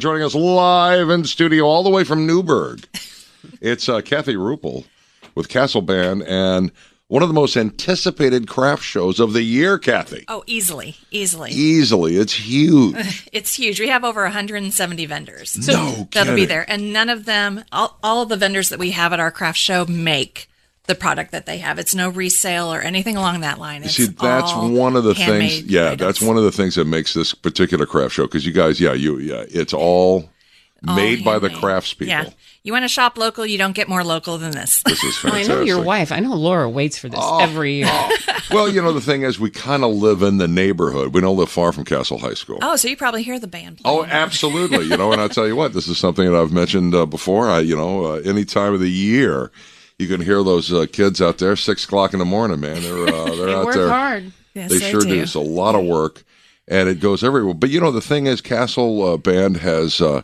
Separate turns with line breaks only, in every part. Joining us live in studio, all the way from Newburgh, it's uh, Kathy Rupel with Castle Band and one of the most anticipated craft shows of the year, Kathy.
Oh, easily,
E-
easily.
Easily, it's huge.
It's huge. We have over 170 vendors.
No
that'll be
kidding.
there. And none of them, all, all of the vendors that we have at our craft show make the product that they have. It's no resale or anything along that line. It's
See, that's
all
one of the things.
handmade
Yeah,
items.
that's one of the things that makes this particular craft show because you guys, yeah, you, yeah, it's all,
All
made by the
handmade.
craftspeople.
Yeah. You want to shop local, you don't get more local than this.
This is
I
fantastic. Oh.
know your wife. I know Laura waits for this every year.
well, you know, the thing is, we kind of live in the neighborhood. We don't live far from Castle High School.
oh, so you probably hear the band. Play.
Oh, absolutely. You know, and I'll tell you what, this is something that I've mentioned uh, before. I, you know, uh, any time of the year, you can hear those uh, kids out there, six o'clock in the morning, man. They're, uh, they're out
Work
there.
hard.
Yes,
they sure do. It's a lot of work, and it goes everywhere. But you know, the thing is, Castle uh, Band has uh,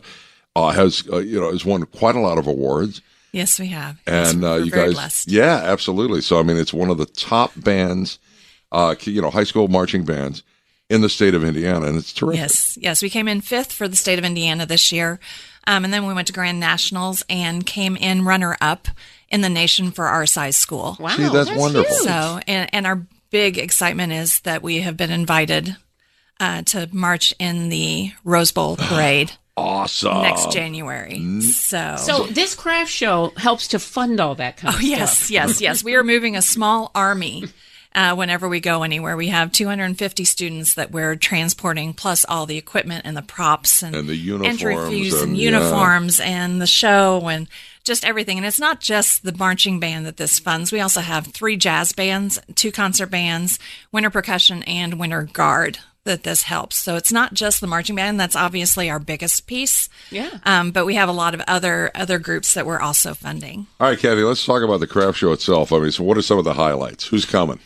uh, has uh, you know has won quite a lot of awards,
Yes, we have. Yes,
and uh,
we're
you
very
guys,
blessed.
yeah, absolutely. So I mean, it's one of the top bands, uh, you know, high school marching bands in the state of Indiana, and it's terrific.
Yes, yes. We came in fifth for the state of Indiana this year. Um, and then we went to Grand Nationals and came in runner up in the nation for our size school.
Wow,
See, that's wonderful.
huge.
So, and, and our big excitement is that we have been invited uh, to march in the Rose Bowl parade
Awesome.
next January. So,
So this craft show helps to fund all that kind of stuff.
Oh, yes, yes, yes. We are moving a small army. Uh, whenever we go anywhere, we have 250 students that we're transporting, plus all the equipment and the props and,
And the uniforms
entry fees and,
and- yeah.
uniforms and the show and just everything. And it's not just the marching band that this funds. We also have three jazz bands, two concert bands, winter percussion, and winter guard that this helps. So it's not just the marching band. That's obviously our biggest piece.
Yeah.
Um, but we have a lot of other other groups that we're also funding.
All right, Kathy, let's talk about the craft show itself. I mean, so what are some of the highlights? Who's coming?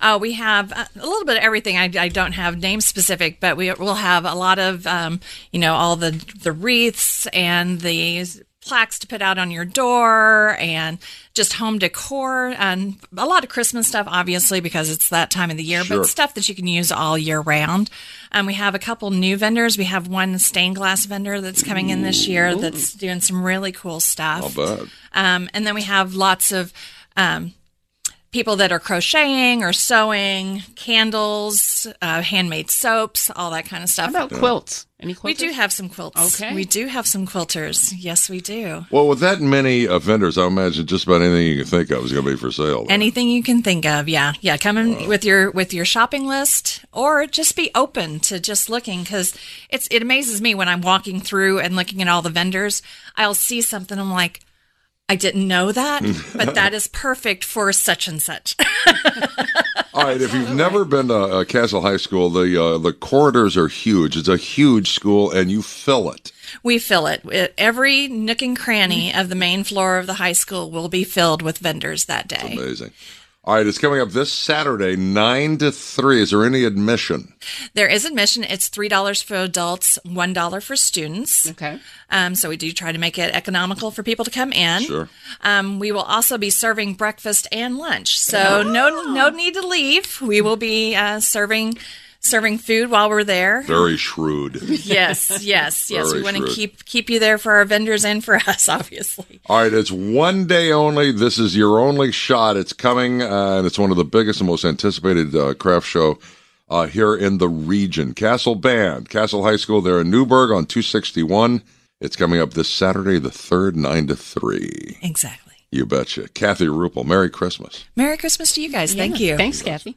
Uh, we have uh, a little bit of everything. I, I don't have name specific, but we will have a lot of, um, you know, all the the wreaths and the plaques to put out on your door and just home decor and a lot of Christmas stuff, obviously, because it's that time of the year,
Sure.
but stuff that you can use all year round. Um, we have a couple new vendors. We have one stained glass vendor that's coming in this year that's doing some really cool stuff.
I'll bet.
Um, and then we have lots of um, people that are crocheting or sewing, candles, uh, handmade soaps, all that kind of
How
stuff.
about quilts? Any quilts?
we do have some quilts.
Okay.
We do have some quilters. Yes, we do.
Well, with that many uh, vendors, I imagine just about anything you can think of is going to be for sale.
Anything you can think of, yeah, yeah. Come in with your with your shopping list, or just be open to just looking because it's it amazes me when I'm walking through and looking at all the vendors. I'll see something, I'm like, I didn't know that, but that is perfect for such and such.
All right, if you've never been to uh, Castle High School, the uh, the corridors are huge. It's a huge school, and you fill it.
We fill it. It- Every nook and cranny of the main floor of the high school will be filled with vendors that day.
Amazing. All right, it's coming up this Saturday, nine to three. Is there any admission?
There is admission. It's three dollars for adults, one dollar for students.
Okay.
Um, so we do try to make it economical for people to come in.
Sure.
Um, we will also be serving breakfast and lunch. So no no need to leave. We will be uh, serving serving food while we're there.
Very shrewd.
Yes, yes, yes.
Very
we want to
shrewd.
keep keep you there for our vendors and for us, obviously.
All right, it's one day only. This is your only shot. It's coming, uh, and it's one of the biggest and most anticipated uh, craft show uh, here in the region. Castle Band, Castle High School, there in Newburgh on 261. It's coming up this Saturday, the 3rd, 9 to 3.
Exactly.
You betcha. Kathy Rupel, Merry Christmas.
Merry Christmas to you guys. Thank you.
Thanks, Kathy.